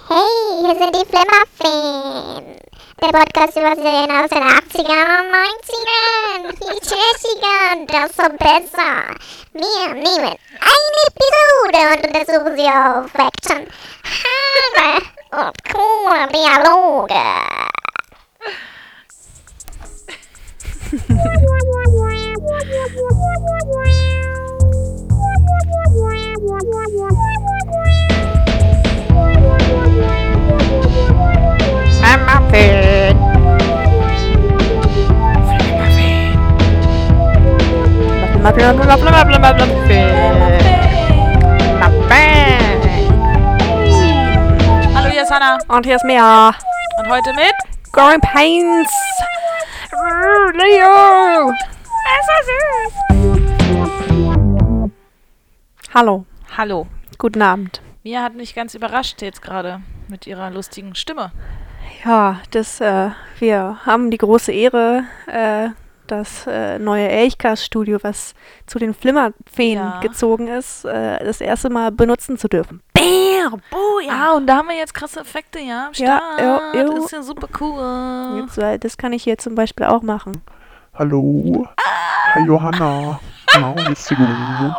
wir sind die Flimmerfeen. Der Podcast über Serien aus den 80ern und 90ern. Die Trashigern, das so besser. Wir nehmen eine Episode und untersuchen sie auf Action, Haare und coole Dialoge. Hallo, hier ist Hanna. Und hier ist Mia. Und heute mit. Growing Pains. Leo. Hallo. Hallo. Guten Abend. Mia hat mich ganz überrascht jetzt gerade mit ihrer lustigen Stimme. Ja, das, äh, wir haben die große Ehre, äh, das äh, neue Elchcast-Studio, was zu den Flimmerfeen Ja. gezogen ist, äh, das erste Mal benutzen zu dürfen. Bam! Booyah! Ah, und da haben wir jetzt krasse Effekte, ja? Am Oh Ja, Start. jo, jo. Das ist ja super cool. Jetzt, weil das kann ich hier zum Beispiel auch machen. Hallo. Hi Johanna. Na, geht's dir gut?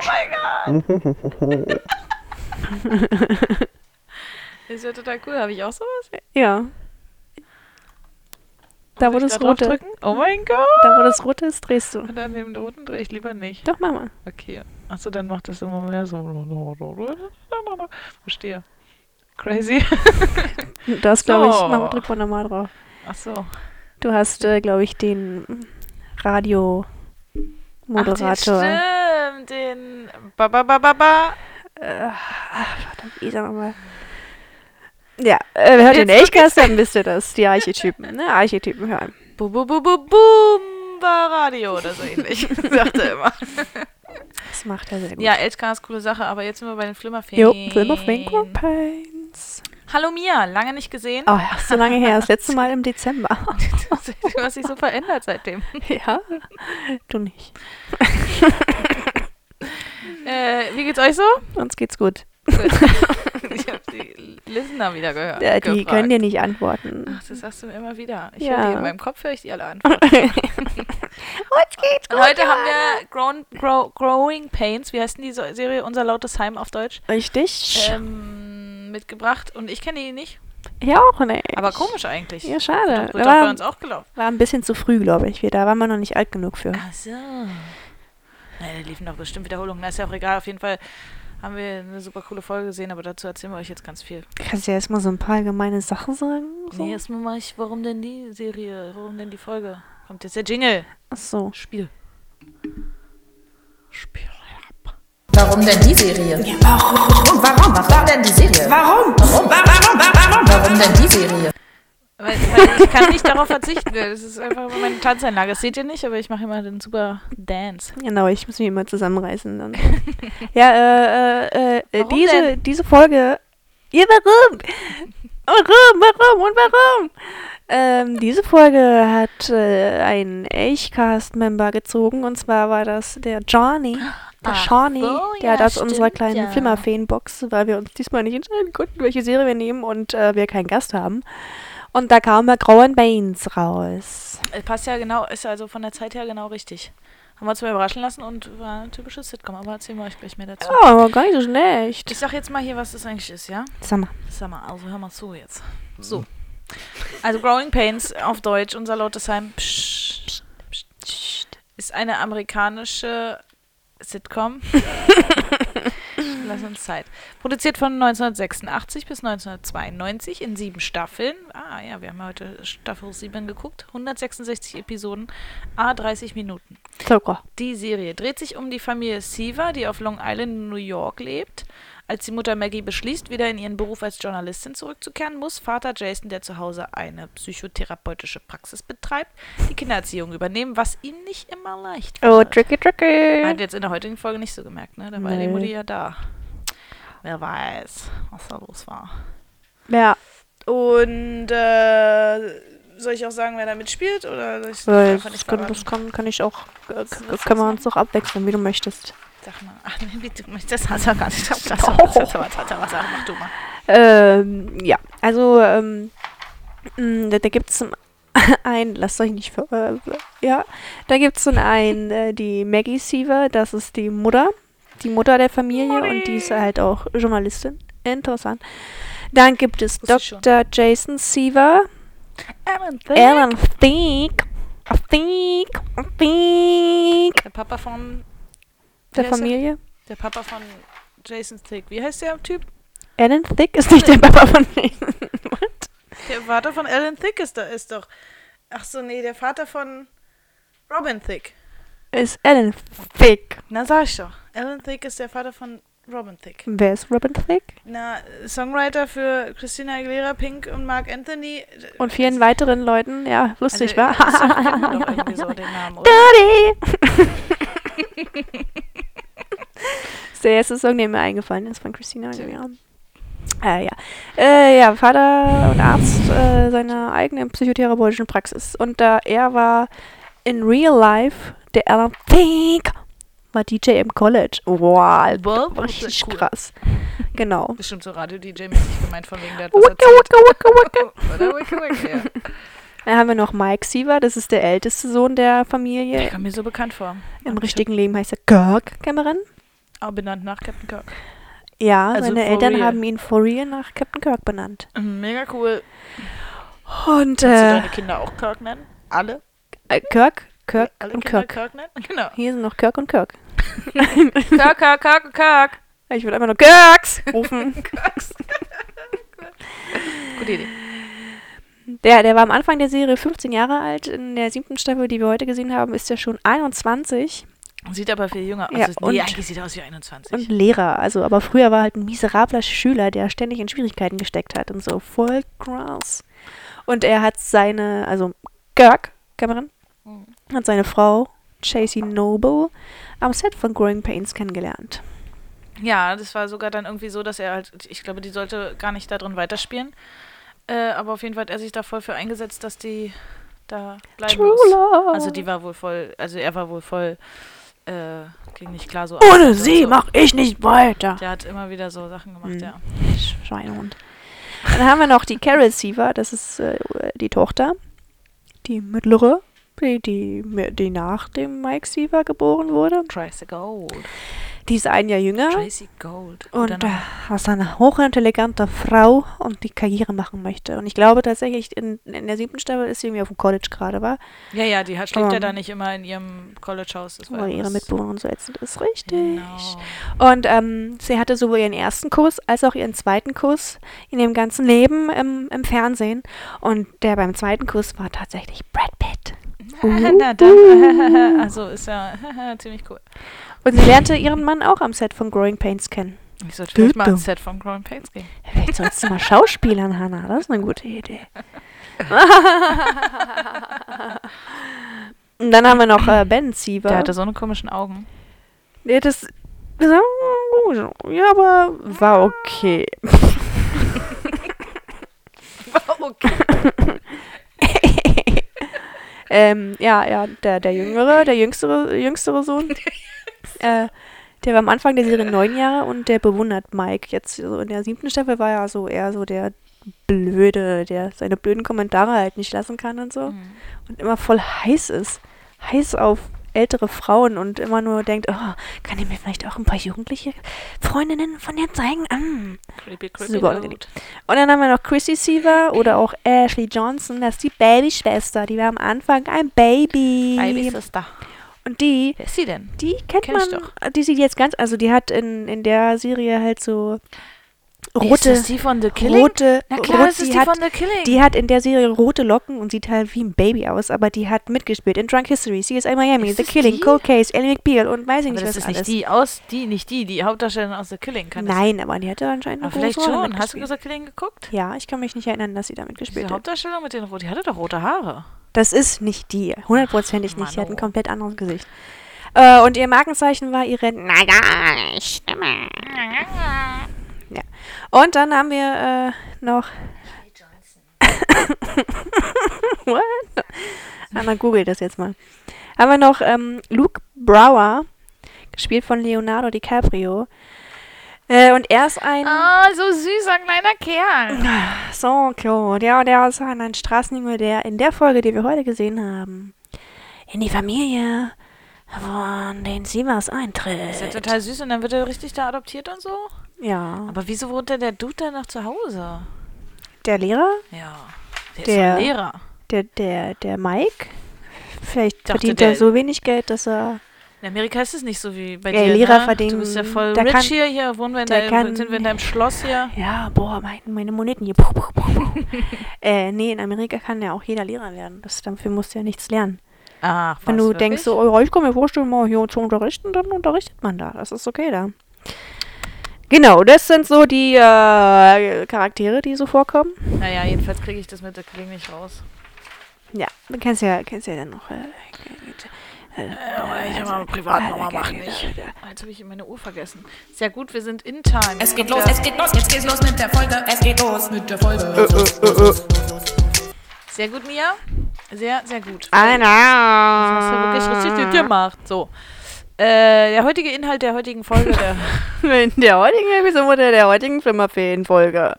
Ist ja total cool. Habe ich auch sowas? Ja. Da, wo Soll ich das da drauf rote, drücken? Oh mein Gott. da, wo das rote ist, drehst du. Und dann neben dem roten drehe ich lieber nicht. Doch, mach mal. Okay. Achso, dann macht das immer mehr so. Verstehe. Crazy. Das glaube ich. So. Mach, drück mal nochmal drauf. Achso. Du hast, äh, glaube ich, den Ach, Radiomoderator. den stimmt. Den. Ba, ba, ba, ba, ba. Ich sag nochmal. Ja, äh, wer hört den Jetzt Elchcast, dann wisst ihr das. Die Archetypen, ne? Archetypen hören. Bu, bu, bu, bu, boom. War Radio oder so ähnlich, sagt er immer. Das macht er sehr gut. Ja, LK ist coole Sache, aber jetzt sind wir bei den Flimmerfeen. Jo, Film of Winkle Pains. Hallo Mia, lange nicht gesehen. Oh, ja, so lange her. Das letzte Mal im Dezember. Du hast dich so verändert seitdem. ja, du nicht. Äh, wie geht's euch so? Uns geht's gut. Ich hab die Listener wieder gehört. Äh, die gefragt. können dir nicht antworten. Ach, das sagst du mir immer wieder. Ich Ja. hör die, in meinem Kopf höre ich die alle an. Und Uns geht's heute haben wir Grown, Grow, Growing Pains, wie heißt denn die So- Serie? Unser lautes Heim auf Deutsch. Richtig? Ähm, mitgebracht und ich kenne die nicht. ja, auch nicht. Aber komisch eigentlich. Ja, schade. Wird auch bei War, uns auch gelaufen. war ein bisschen zu früh, glaube ich. Wir, da waren wir noch nicht alt genug für. Ach so. Nein, da liefen doch bestimmt Wiederholungen. Na, ist ja auch egal. Auf jeden Fall haben wir eine super coole Folge gesehen, aber dazu erzählen wir euch jetzt ganz viel. Kannst du ja erstmal so ein paar allgemeine Sachen sagen? So? Nee, erstmal mal ich, warum denn die Serie? Warum denn die Folge? Kommt jetzt der Jingle. Ach so. Spiel. Spiel. Warum denn die Serie? warum? Warum? denn die Serie? Warum? Warum? Warum? Warum? Warum denn die Serie? Weil, weil ich kann nicht darauf verzichten. Das ist einfach immer meine Tanzeinlage. Das seht ihr nicht, aber ich mache immer den super Dance. Genau, ich muss mich immer zusammenreißen. Dann. ja, äh, äh, äh, Warum diese, denn? diese Folge. Ja, warum? Warum, warum und warum? Ähm, diese Folge hat äh, ein Elchcast-Member gezogen und zwar war das der Johnny. Der Ach Shawnee, so, der ja, hat aus unserer stimmt, kleinen ja. Flimmerfeen-Box, weil wir uns diesmal nicht entscheiden konnten, welche Serie wir nehmen und äh, wir keinen Gast haben. Und da kam der Grauen Baines raus. Äh, Passt ja genau, ist also von der Zeit her genau richtig. Haben wir uns mal überraschen lassen und war ein typisches Sitcom, aber erzählen wir euch gleich mehr dazu. Oh, aber gar nicht so schlecht. Ich sag jetzt mal hier, was das eigentlich ist, ja? Sag mal. Sag mal, also hör mal zu jetzt. So. Also Growing Pains auf Deutsch, unser lautes Heim, psch, psch, psch, ist eine amerikanische Sitcom. Lass uns Zeit. Produziert von 1986 bis 1992 in sieben Staffeln. Ah ja, wir haben heute Staffel 7 geguckt. 166 Episoden, a 30 Minuten. Zucker. Die Serie dreht sich um die Familie Siva, die auf Long Island in New York lebt. Als die Mutter Maggie beschließt, wieder in ihren Beruf als Journalistin zurückzukehren, muss Vater Jason, der zu Hause eine psychotherapeutische Praxis betreibt, die Kindererziehung übernehmen, was ihm nicht immer leicht Oh, fällt. tricky, Hat tricky. jetzt in der heutigen Folge nicht so gemerkt, ne? Da war die Nee. Mutter ja da. Wer weiß, was da los war. Ja, Und äh, soll ich auch sagen, wer da mitspielt? Oder soll ich weil einfach das nicht kann, verraten? das kann, kann ich auch, äh, Soll ich k- das können wir sagen? uns doch abwechseln, wie du möchtest. Sag mal, ach nee, wie du möchtest, das hast du gar nicht. Das, das, das, das, das, das, das, das, das, mach du mal. Ähm, ja, also ähm, mh, da, da gibt es zum einen, lasst euch nicht ver äh, ja, da gibt es zum einen äh, die Maggie Seaver, das ist die Mutter, die Mutter der Familie und die ist halt auch Journalistin. Interessant. Dann gibt es Wusste ich schon. Dr. Jason Seaver, Alan Alan Thicke, Thicke, Thicke, Der Papa von. wie der heißt er? Familie. Der Papa von Jason Thick. Wie heißt der Typ? Alan Thicke ist nicht der Papa von Jason. What? Der Vater von Alan Thick ist da, ist doch. Ach so, nee, der Vater von Robin Thick. Ist Alan Thicke. Na, sag ich doch. Alan Thick ist der Vater von Robin Thick. Wer ist Robin Thicke? Na, Songwriter für Christina Aguilera, Pink und Mark Anthony. Und vielen weiteren Leuten, ja, lustig, Also, war. das ist doch- kennt man doch irgendwie so den Namen, oder? Daddy! ist der erste Song, der mir eingefallen ist, von Christina Aguilera. Äh, ja. Äh, ja, Vater und Arzt äh, seiner eigenen psychotherapeutischen Praxis. Und da er war in real life der Alan Fink, war DJ im College. Wow, Wow, richtig cool. krass. Genau. Bestimmt so Radio-DJ-mäßig gemeint, von wegen der hat was Wicke, erzählt. Oh, wicke, wicke, wicke. Oder wicke, wicke, ja. Dann haben wir noch Mike Siever, das ist der älteste Sohn der Familie. Der kam mir so bekannt vor. Im richtigen Leben heißt er Kirk Cameron. Aber benannt nach Captain Kirk. Ja, Also seine for Eltern real. haben ihn for real nach Captain Kirk benannt. Ähm, Mega cool. Und Kannst du äh, deine Kinder auch Kirk nennen? Alle? äh, Kirk, Kirk Alle und Kinder Kirk. Kirk. nennen? Genau. Hier sind noch Kirk und Kirk. Kirk, Kirk, Kirk, Kirk. Ich würde einfach nur Kirks rufen. Gute Idee. der, der war am Anfang der Serie 15 Jahre alt. In der siebten Staffel, die wir heute gesehen haben, ist er schon 21 Sieht aber viel jünger aus. Ja, Also, nee, und- eigentlich sieht er aus wie 21. und Lehrer. Also, aber früher war er halt ein miserabler Schüler, der ständig in Schwierigkeiten gesteckt hat und so. Voll krass. Und er hat seine, also Kirk Cameron Mhm. hat seine Frau Chasey Noble am Set von Growing Pains kennengelernt. ja, das war sogar dann irgendwie so, dass er halt, ich glaube, die sollte gar nicht da drin weiterspielen. Äh, aber auf jeden Fall hat er sich da voll für eingesetzt, dass die da bleiben muss. Love. Also die war wohl voll, also er war wohl voll, äh, ging nicht klar so. Ohne ab- sie so. mach ich nicht weiter. Der hat immer wieder so Sachen gemacht, ja. Schweinehund. Dann haben wir noch die Carol Seaver, das ist äh, die Tochter, die mittlere, die, die, die nach dem Mike Seaver geboren wurde. Tracy Gold. Die ist ein Jahr jünger. Tracy Gold. Ah. Oh, Und Guter äh, Name. was eine hochintelligente Frau und die Karriere machen möchte. Und ich glaube tatsächlich, in, in der siebten Staffel ist sie irgendwie auf dem College gerade, war, ja, ja, die hat, schläft ja ähm, da nicht immer in ihrem College-Haus. das war weil ihre irgendwas- Mitbewohnerin so ätzend ist. Richtig. Genau. Und ähm, sie hatte sowohl ihren ersten Kuss als auch ihren zweiten Kuss in ihrem ganzen Leben im, im Fernsehen. Und der beim zweiten Kuss war tatsächlich Brad Pitt. Na Uh. dann, also ist ja ziemlich cool. Und sie lernte ihren Mann auch am Set von Growing Pains kennen. Ich sollte vielleicht mal Bitte. ans Set von Growing Pains gehen. Vielleicht sollst du mal Schauspielern, Hannah. Das ist eine gute Idee. Und dann haben wir noch äh, Ben Siever. Der hatte so eine komischen Augen. Nee, das. das war gut. Ja, aber war okay. War okay. ähm, ja, ja, der, der jüngere, der jüngstere, jüngstere Sohn. äh, der war am Anfang der Serie neun Jahre und der bewundert Mike. Jetzt so in der siebten Staffel war er so eher so der Blöde, der seine blöden Kommentare halt nicht lassen kann und so. Mhm. Und immer voll heiß ist. Heiß auf ältere Frauen und immer nur denkt, oh, kann ich mir vielleicht auch ein paar jugendliche Freundinnen von dir zeigen? Mm. Creepy, creepy. Super dude. unangenehm. Und dann haben wir noch Chrissy Seaver oder auch Ashley Johnson, das ist die Babyschwester. Die war am Anfang ein Baby. Baby Sister. Und die, Wer ist sie denn? die kennt Kenn man, ich doch. die sieht jetzt ganz, also die hat in, in der Serie halt so Ist rote, das die von The Killing? rote, Na klar, rot- das ist die die hat, von The Killing. Die hat in der Serie rote Locken und sieht halt wie ein Baby aus, aber die hat mitgespielt in Drunk History, CSI Miami, Ist The das Killing, die? Cold Case, Ellie McBeal und weiß ich aber nicht, das was ist alles. nicht die aus, die, nicht die, die Hauptdarstellerin aus The Killing kann das. Nein, aber die hatte anscheinend Aber eine große vielleicht Rolle schon. Hast du mitgespielt. The Killing geguckt? Ja, ich kann mich nicht erinnern, dass sie da mitgespielt Diese hat. Hauptdarstellerin mit den roten, die hatte doch rote Haare. Das ist nicht die. Hundertprozentig Ach, nicht. Sie hat ein Manu. komplett anderes Gesicht. Äh, und ihr Markenzeichen war ihre. Naja, Stimme. Ja. Und dann haben wir äh, noch. What? Anna, google das jetzt mal. Haben wir noch ähm, Luke Brower, gespielt von Leonardo DiCaprio. Äh, und er ist ein Ah, so süßer kleiner Kerl. So, Claude, ja, der ist ein, ein Straßenjunge, der in der Folge, die wir heute gesehen haben, in die Familie von den Sievers Ist ja eintritt. total süß und dann wird er richtig da adoptiert und so. Ja. Aber wieso wohnt denn der Dude dann noch zu Hause? Der Lehrer, Ja, der, Der- ist doch Lehrer. der, der, der Mike, vielleicht Dachte, verdient er der- so wenig Geld, dass er, In Amerika ist es nicht so wie bei Ja, dir. Lehrer ne? Du verdienen- bist ja voll der rich kann- hier, hier wohnen wir in der der, kann- sind wir in deinem Schloss hier. ja, boah, meine, meine Moneten hier. Puh, puh, puh, puh. äh, nee, in Amerika kann ja auch jeder Lehrer werden. Das, dafür musst du ja nichts lernen. Ach, Wenn was, du wirklich? denkst, so, oh, ja, ich kann mir vorstellen, mal hier zu unterrichten, dann unterrichtet man da. Das ist okay da. Genau, das sind so die äh, Charaktere, die so vorkommen. Naja, jedenfalls kriege ich das mit der Klinge nicht raus. Ja, du kennst ja, kennst ja dann noch. Äh, ich habe Privatnummer, mach nicht. Oh, Jetzt habe ich meine Uhr vergessen. Sehr gut, wir sind in time. Es geht los, es geht los, jetzt geht's los mit der Folge. Es geht los mit der Folge. Sehr gut, Mia. Sehr, sehr gut. Das Anna! hast du wirklich richtig gut gemacht. So. Äh, der heutige Inhalt der heutigen Folge, der In der heutigen Episode der heutigen Flimmerfeen-Folge.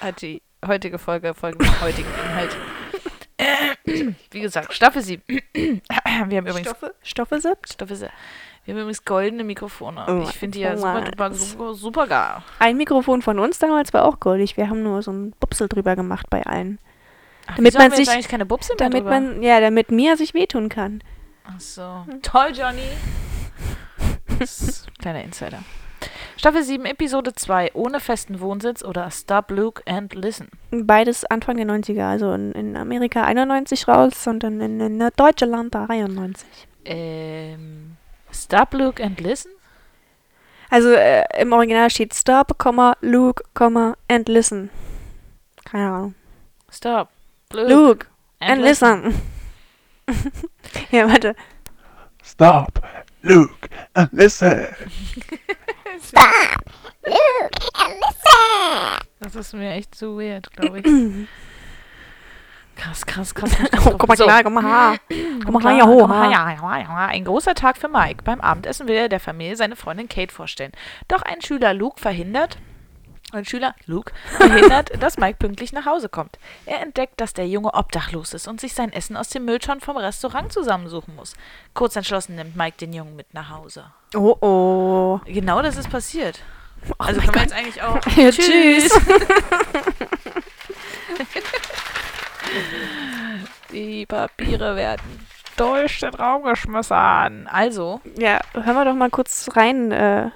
hat die heutige Folge folgt dem heutigen Inhalt. Äh, Wie gesagt, Staffel 7. Wir haben übrigens Stoffe? Stoffe sippt? Stoff ist ja. Wir haben übrigens goldene Mikrofone. Oh, ich finde die ja super, Thomas. duper, super, super geil. Ein Mikrofon von uns damals war auch goldig. Wir haben nur so einen Bupsel drüber gemacht bei allen. Damit Wieso haben man wir sich- jetzt eigentlich keine Bubse mehr Damit drüber? man, ja, damit Mia sich wehtun kann. Ach so. Toll, Johnny. Das- Kleiner Insider. Staffel 7, Episode 2. Ohne festen Wohnsitz oder Stop, Look and Listen. Beides Anfang der 90er, also in, in Amerika 91 raus und dann in, in Deutschland 93. Ähm, Stop, Look and Listen? Also äh, im Original steht Stop, Komma, Luke, Komma, and Listen. Keine Ahnung. Stop, Look, Luke, and Listen. ja, warte. Stop, look and listen. Das ist mir echt zu weird, glaube ich. krass, krass, krass. krass, krass. Oh, komm mal So. Oh klar, komm mal her. Komm mal Klar, her, ho, komm mal ha. her, ja, ja. Ein großer Tag für Mike. Beim Abendessen will er der Familie seine Freundin Kate vorstellen. Doch ein Schüler Luke verhindert. Ein Schüler Luke verhindert, dass Mike pünktlich nach Hause kommt. Er entdeckt, dass der Junge obdachlos ist und sich sein Essen aus dem Müllton vom Restaurant zusammensuchen muss. Kurz entschlossen nimmt Mike den Jungen mit nach Hause. Oh, oh. Genau das ist passiert. also können wir jetzt eigentlich auch. Ja, tschüss. Die Papiere werden durch den Raum geschmissen. Also. Ja, hören wir doch mal kurz rein, äh,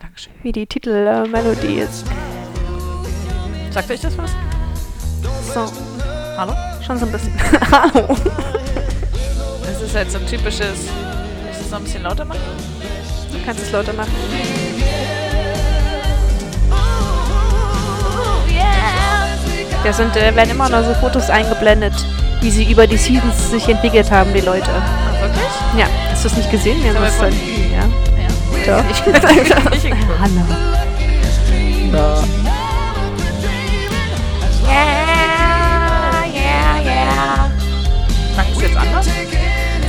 Dankeschön. wie die Titelmelodie ist. Sagt euch das was? So, Hallo? schon so ein bisschen. Au. Das ist halt so ein typisches. Soll ich das noch ein bisschen lauter machen? du kannst es lauter machen. Da sind, äh, werden immer noch so Fotos eingeblendet, wie sie über die Seasons sich entwickelt haben, die Leute. Ah, wirklich? Ja, hast du es nicht gesehen? Wir haben Das es haben dann. Ja. Ja. Doch. Ich hab's nicht hingeguckt. Hanna. Klang es jetzt anders?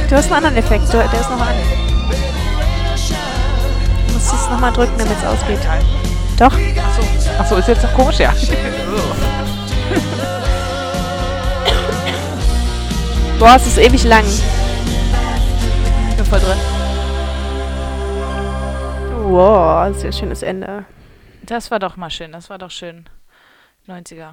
Du hast einen anderen Effekt, du, der ist noch an. Du musst es nochmal drücken, damit es ausgeht. Doch. Achso, ist jetzt noch komisch, ja. Boah, es ist ewig lang. Ich bin voll drin. Wow, sehr schönes Ende. Das war doch mal schön, das war doch schön. 90er.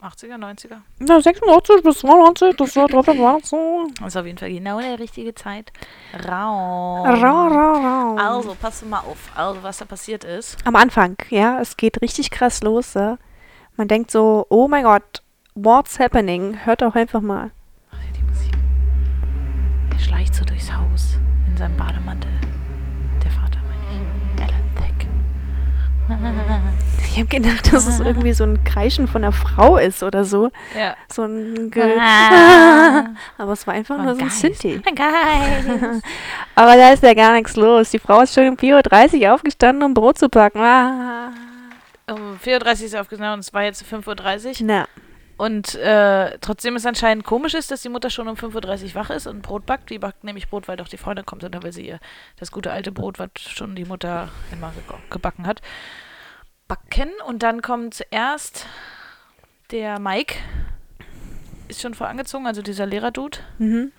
80er, 90er. Na, 86 bis 92, das war drauf, war so. Das ist auf jeden Fall genau der richtige Zeit. Raum. Rau, rau, rau. Also, pass mal auf. Also, was da passiert ist. Am Anfang, ja, es geht richtig krass los. Ja. Man denkt so, oh mein Gott, what's happening? Hört doch einfach mal. Ach ja, die Musik. Er schleicht so durchs Haus in seinem Bademantel. Der Vater, meine ich. Alan Thick. Ich habe gedacht, dass Ah. es irgendwie so ein Kreischen von einer Frau ist oder so. Ja. So ein Ge ah. Aber es war einfach nur so ein Sinti. Mein Geist. Aber da ist ja gar nichts los. Die Frau ist schon um 4.30 Uhr aufgestanden, um Brot zu packen. Ah. um 4.30 Uhr ist er aufgenommen und es war jetzt 5.30 Uhr. Na, Und äh, trotzdem ist anscheinend komisch ist, dass die Mutter schon um 5.30 Uhr wach ist und Brot backt. Die backt nämlich Brot, weil doch die Freundin kommt und dann will sie ihr das gute alte Brot, was schon die Mutter immer geko- gebacken hat, backen. Und dann kommt zuerst der Mike, ist schon vorangezogen, also dieser Lehrer-Dude, Mhm.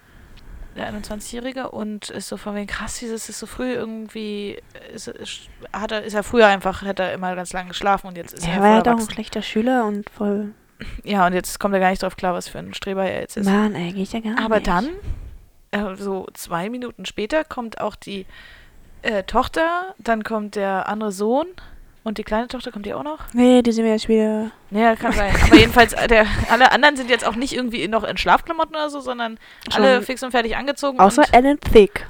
der 21-Jährige, und ist so von wegen krass, dieses ist so früh irgendwie, ist, ist, hat er, ist er früher einfach, hat er immer ganz lange geschlafen und jetzt ist Er er war voll ja doch ein erwachsen. schlechter Schüler und voll. Ja, und jetzt kommt er gar nicht drauf klar, was für ein Streber er jetzt ist. Mann, ey, geht ja gar nicht. Aber dann, äh, so zwei Minuten später, kommt auch die äh, Tochter, dann kommt der andere Sohn und die kleine Tochter kommt die auch noch. Nee, die sind mir jetzt wieder. Naja, kann sein. Aber jedenfalls, äh, der, alle anderen sind jetzt auch nicht irgendwie noch in Schlafklamotten oder so, sondern alle Schon. e- fix und fertig angezogen. Außer und, Alan Thick.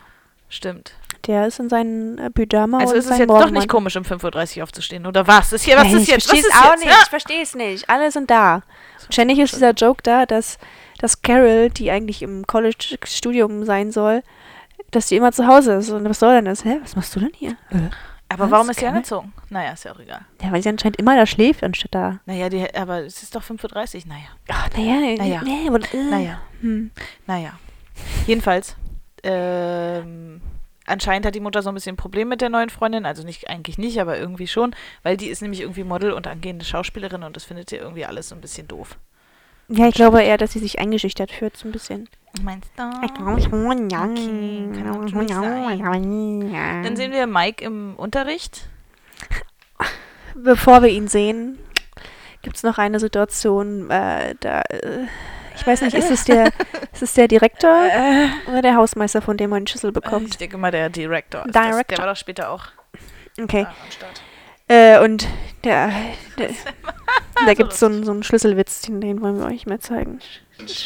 Stimmt. Der ist in seinen äh, Pyjama Also und ist es seinen jetzt doch nicht Morgenmantel. komisch, um 5.30 Uhr aufzustehen, oder was? Ist hier, was Ey, ist Ich jetzt? Was versteh's ist auch jetzt? nicht, ich versteh's nicht. Alle sind da. Und ständig ist dieser Joke da, dass, dass Carol, die eigentlich im College-Studium sein soll, dass die immer zu Hause ist. Und was soll denn das? Hä, was machst du denn hier? Äh. Aber Was? warum ist sie Keine- angezogen? Naja, ist ja auch egal. Ja, weil sie anscheinend immer da schläft, anstatt da. Naja, die, aber es ist doch 5.30 Uhr, naja. Ach, naja, Naja. nee, aber, äh. Naja. Hm. Naja. Jedenfalls, ähm, anscheinend hat die Mutter so ein bisschen ein Problem mit der neuen Freundin. Also nicht, eigentlich nicht, aber irgendwie schon, weil die ist nämlich irgendwie Model und angehende Schauspielerin und das findet ihr irgendwie alles so ein bisschen doof. Ja, ich glaube eher, dass sie sich eingeschüchtert fühlt, so ein bisschen. Meinst du? Okay, kann natürlich Dann Dann sehen wir Mike im Unterricht. Bevor wir ihn sehen, gibt es noch eine Situation, äh, da, äh, ich weiß nicht, ist es der, ist es der Direktor Äh. oder der Hausmeister, von dem man einen Schüssel Ich bekommt? denke mal, der Director. Ist Das. Der Director. war doch später auch Okay. Ah, am Start. Äh, und der, der, da gibt es so, einen- so einen Schlüsselwitz, den, den wollen wir euch mal zeigen.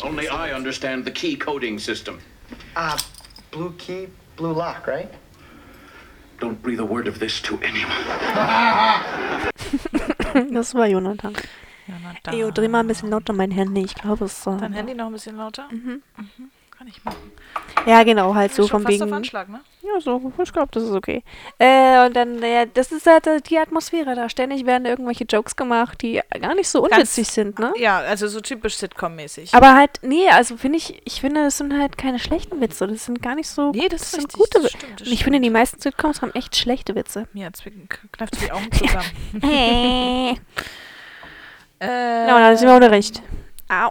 Only I understand the key coding system. Uh, blue key, blue lock, right? Don't breathe a word of this to anyone. Das war Jonathan. Ja, na dann. Ejo, dreh mal ein bisschen lauter mein Handy, ich glaube es. Äh, Dein Handy noch ein bisschen lauter? Mhm. Kann ich machen. ja, genau, halt so von Schon fast auf wegen. Anschlag, ne? Ja, so, ich glaube, das ist okay. Äh, und dann, ja, das ist halt äh, die Atmosphäre da. Ständig werden irgendwelche Jokes gemacht, die gar nicht so unwitzig sind, ne? Ja, also so typisch Sitcom-mäßig. Aber halt, nee, also finde ich, ich finde, das sind halt keine schlechten Witze. Das sind gar nicht so. Nee, das ist sind richtig, gute das Witze. stimmt, das Und ich finde, die meisten Sitcoms haben echt schlechte Witze. Mir zwicken, kneift die Augen zusammen. Äh. äh, Genau, dann sind wir ohne Recht. Au.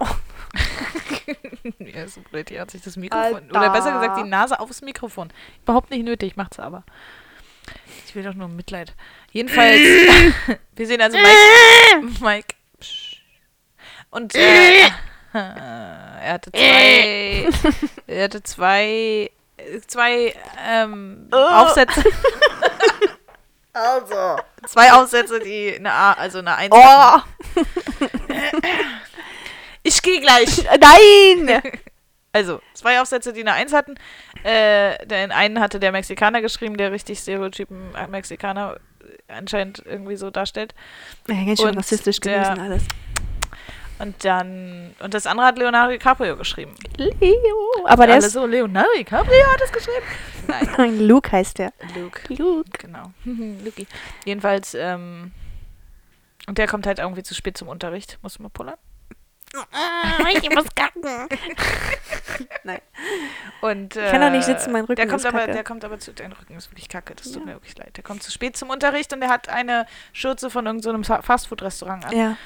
ja, so blöd, die hat sich das Mikrofon, Alter. oder besser gesagt die Nase aufs Mikrofon. Überhaupt nicht nötig, macht's aber. Ich will doch nur Mitleid. Jedenfalls, wir sehen also Mike. Mike. psch. Und äh, er hatte zwei, er hatte zwei, äh, zwei ähm, Oh. Aufsätze. Also. Zwei Aufsätze, die eine A, also eine Eins. Oh, Ich gehe gleich. nein! Also, zwei Aufsätze, die eine Eins hatten. Äh, den einen hatte der Mexikaner geschrieben, der richtig Stereotypen äh, Mexikaner äh, anscheinend irgendwie so darstellt. Ja, ganz schön Und rassistisch der- gewesen alles. Und dann. Und das andere hat Leonardo DiCaprio geschrieben. Leo. Aber der Alle ist. so, Leonardo DiCaprio hat es geschrieben. Nein, Luke heißt der. Luke. Luke. Genau. Luki. Jedenfalls, ähm. Und der kommt halt irgendwie zu spät zum Unterricht. Muss mal pullern. Ich muss kacken. Und, kann doch nicht äh, sitzen, mein Rücken der kommt ist aber, kacke. Der kommt aber zu, dein Rücken ist wirklich kacke, das tut mir wirklich leid. Der kommt zu spät zum Unterricht und der hat eine Schürze von irgendeinem so Fastfood-Restaurant an. Ja.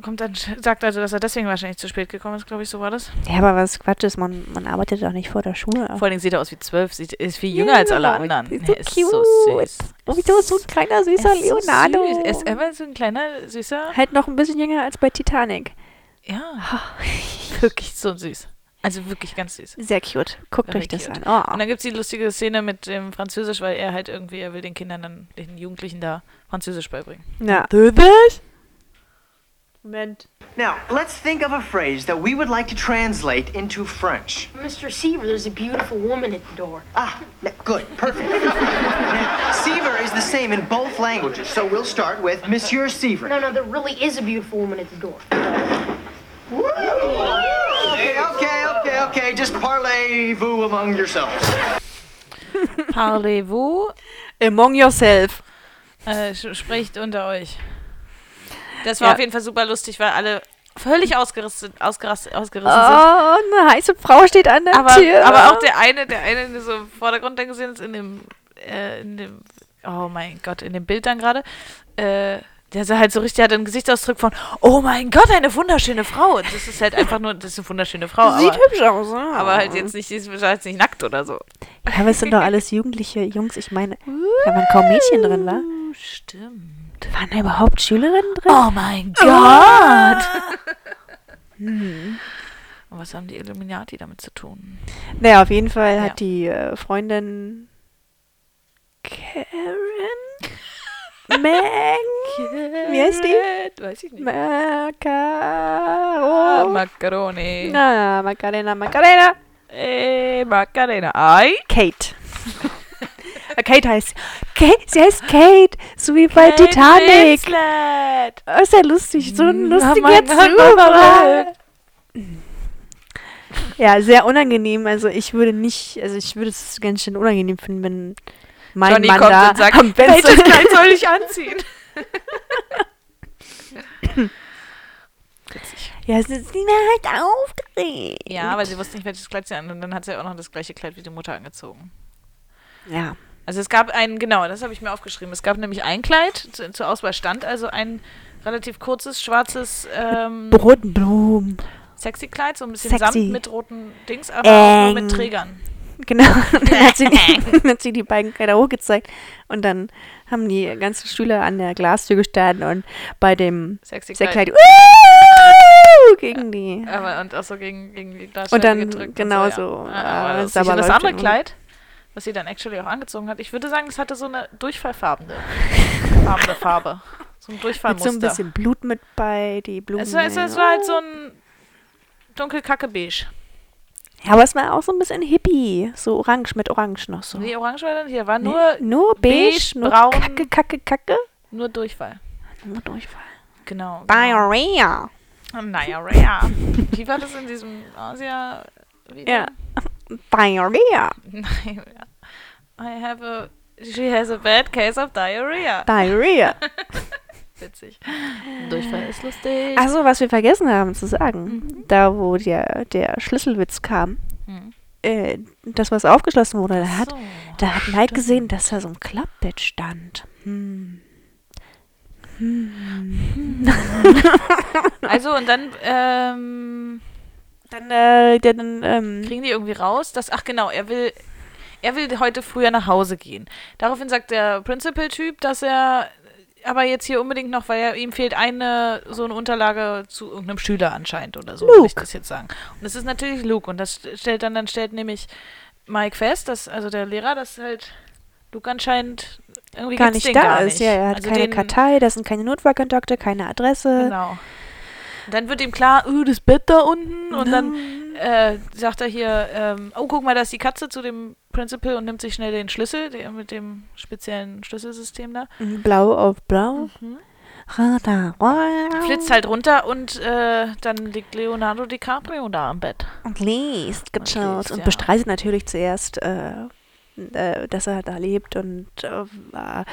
Kommt dann, sagt also, dass er deswegen wahrscheinlich zu spät gekommen ist, glaube ich, so war das. Ja, aber was Quatsch ist, man, man arbeitet doch nicht vor der Schule. Vor allen Dingen sieht er aus wie zwölf, sieht, ist viel Ja, jünger als alle aber anderen. ist so er ist so süß. cute. Oh, wieso ist so ein kleiner, süßer Er ist so Leonardo? süß. Er ist immer so ein kleiner, süßer, halt noch ein bisschen jünger als bei Titanic. ja, wirklich so süß. Also wirklich ganz süß. Sehr cute. Guckt Very euch das Oh. cute. Und an. dann gibt es die lustige Szene mit dem Französisch, weil er halt irgendwie, er will den Kindern dann, den Jugendlichen da Französisch beibringen. Oh. Ja. Moment. Now, let's think of a phrase that we would like to translate into French. Mr. Seaver, there's a beautiful woman at the door. Ah, n- good, perfect. now, Seaver is the same in both languages, so we'll start with Monsieur Seaver. No, no, there really is a beautiful woman at the door. Okay, okay, okay, okay, just parlez-vous among yourselves. Parlez-vous Among yourself. Äh, sch- sprecht unter euch. Das war Ja. auf jeden Fall super lustig, weil alle völlig ausgerastet, ausgerastet, ausgerissen sind. Oh, eine heiße Frau steht an der Aber, Tür. aber auch der eine, der eine, der so im Vordergrund dann gesehen ist, in dem, äh, in dem, oh mein Gott, in dem Bild dann gerade, äh, der sah halt so richtig, der hatte einen Gesichtsausdruck von, oh mein Gott, eine wunderschöne Frau. Und das ist halt einfach nur, das ist eine wunderschöne Frau, Sieht Oh, aber, hübsch aus, ne? aber halt jetzt nicht, die ist jetzt nicht nackt oder so. Ja, aber es sind doch alles jugendliche Jungs. Ich meine, da waren kaum Mädchen drin, wa? Uh, Stimmt. Waren da überhaupt Schülerinnen drin? Oh mein Gott! Hm. Und was haben die Illuminati damit zu tun? Naja, auf jeden Fall Ja. hat die äh, Freundin Karen Meg. Wie heißt die? Äh, Weiß ich nicht. Ah, Macaro. Macaroni. Oh. Na, Macarena, Macarena. Äh, Macarena. Ei? Kate. Äh, Kate heißt Kate, sie heißt Kate, so wie bei Kate Titanic. Winslet. Oh, ist ja lustig, so ein lustiger Mm, mein Gott, mein Zufall. Ja, sehr unangenehm. Also ich würde nicht, also ich würde es ganz schön unangenehm finden, wenn mein Johnny Mann kommt da und sagt, am Fenster- welches Kleid soll ich anziehen? Witzig. Ja, sie ist halt aufgeregt. Ja, aber sie wusste nicht, welches Kleid sie an. Und dann hat sie ja auch noch das gleiche Kleid wie die Mutter angezogen. Ja. Also es gab einen, genau, das habe ich mir aufgeschrieben. Es gab nämlich ein Kleid, zu, zur Auswahl stand also ein relativ kurzes, schwarzes, ähm, Brotblumen. sexy Kleid, so ein bisschen Sexy. Ähm, Samt mit roten Dings, aber auch nur Eng. mit Trägern. Genau. Dann hat sie, die, hat sie die beiden Kleider hochgezeigt. Und dann haben die ganzen Schüler an der Glastür gestanden und bei dem Sexy Kleid Kleid. uh, gegen die. Aber und auch so gegen, gegen die Darsteller Und dann gedrückt. genau und so, Ja. Ah, äh, Aber das, Sabber sicher das läuft andere in- Kleid, was sie dann actually auch angezogen hat, ich würde sagen, es hatte so eine durchfallfarbene farbene Farbe. So Mit so ein ein Durchfallmuster. bisschen Blut mit bei, die Blumen. es, war- es, es war halt so ein dunkelkacke beige. ja, aber es war auch so ein bisschen hippie. So orange mit orange noch so. Nee, orange war dann hier, war nur, nur beige, beige, nur braun. kacke, kacke, kacke. nur Durchfall. Nur Durchfall. Genau. genau. Diarrhea. Naja, Raya. Wie war das in diesem Asia? Video? Ja. Diarrhea. Nein, ja. I have a. She has a bad case of diarrhea. Diarrhea. Witzig. Ah, Durchfall ist lustig. Achso, was wir vergessen haben zu sagen, da wo der, der Schlüsselwitz kam, Mhm. äh, das, was aufgeschlossen wurde, da hat, So. da hat Knight gesehen, dass da so ein Klappbett stand. Hm. Also, und dann ähm, Dann, äh, der, dann, ähm, kriegen die irgendwie raus, dass. Ach, genau, er will. Er will heute früher nach Hause gehen. Daraufhin sagt der Principal-Typ, dass er aber jetzt hier unbedingt noch, weil er, ihm fehlt eine so eine Unterlage zu irgendeinem Schüler anscheinend oder so, würde ich Luke. das jetzt sagen. Und das ist natürlich Luke. Und das stellt dann, dann stellt nämlich Mike fest, dass, also der Lehrer, dass halt Luke anscheinend irgendwie gar gibt's nicht den da gar ist. Nicht. Ja, er hat also keine den, Kartei, da sind keine Notfallkontakte, keine Adresse. Genau. Dann wird ihm klar, oh, das Bett da unten. Und dann äh, sagt er hier, ähm, oh, guck mal, da ist die Katze zu dem Principal und nimmt sich schnell den Schlüssel, der mit dem speziellen Schlüsselsystem da. Mhm. Blau auf Mhm. blau. Rada, rada. Flitzt halt runter und äh, dann liegt Leonardo DiCaprio da am Bett. Und liest, gechillt. Und liest, Genau, Und ja. bestreitet natürlich zuerst, äh, äh, dass er da lebt und äh, äh,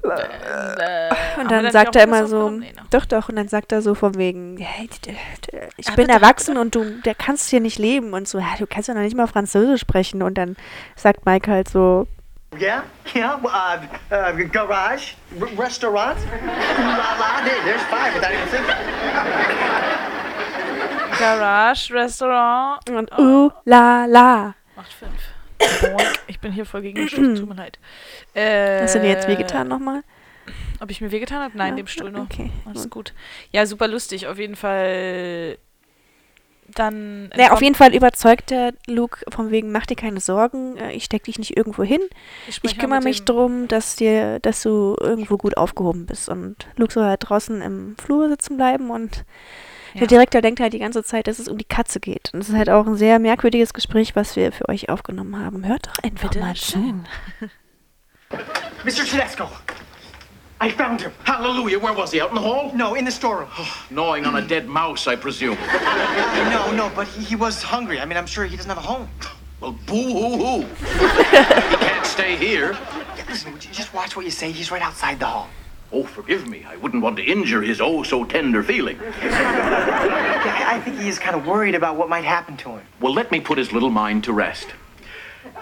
Äh, Und dann sagt er immer so, doch, doch, und dann sagt er so von wegen, ja, d- d- d- ich bin erwachsen und du der kannst hier nicht leben und so, ja, du kannst ja noch nicht mal Französisch sprechen und dann sagt Mike halt so, Yeah, yeah, well, uh, uh, garage, r- restaurant. la la, there, there's five without even thinking. Garage, Restaurant. und oh. uh, la, la. Macht fünf. Boink. ich bin hier voll gegen gestoßen, tut mir leid. Äh, Hast du dir jetzt wehgetan nochmal? Ob ich mir wehgetan habe? Nein, dem Stuhl nur. Okay. Alles gut. Ja, super lustig. Auf jeden Fall. Dann. Äh, äh, Naja, auf jeden Fall überzeugt der Luke von wegen, mach dir keine Sorgen, äh, ich steck dich nicht irgendwo hin. sprech Ich mal kümmere mit mich dem- drum, dass dir, dass du irgendwo gut aufgehoben bist. Und Luke soll halt draußen im Flur sitzen bleiben und Ja. der Direktor denkt halt die ganze Zeit, dass es um die Katze geht. Und es ist halt auch ein sehr merkwürdiges Gespräch, was wir für euch aufgenommen haben. Hört doch einfach mal zu. Mr. Tedesco, I found him. Hallelujah. Where was he? Out in the hall? No, in the storeroom. Gnawing on a dead mouse, I presume. No, no, but he, he was hungry. I mean, I'm sure he doesn't have a home. Well, boo hoo hoo. he can't stay here. Listen, would you just watch what you say. He's right outside the hall. Oh, forgive me. I wouldn't want to injure his oh so tender feeling. Yeah, I I think he is kind of worried about what might happen to him. Well, let me put his little mind to rest.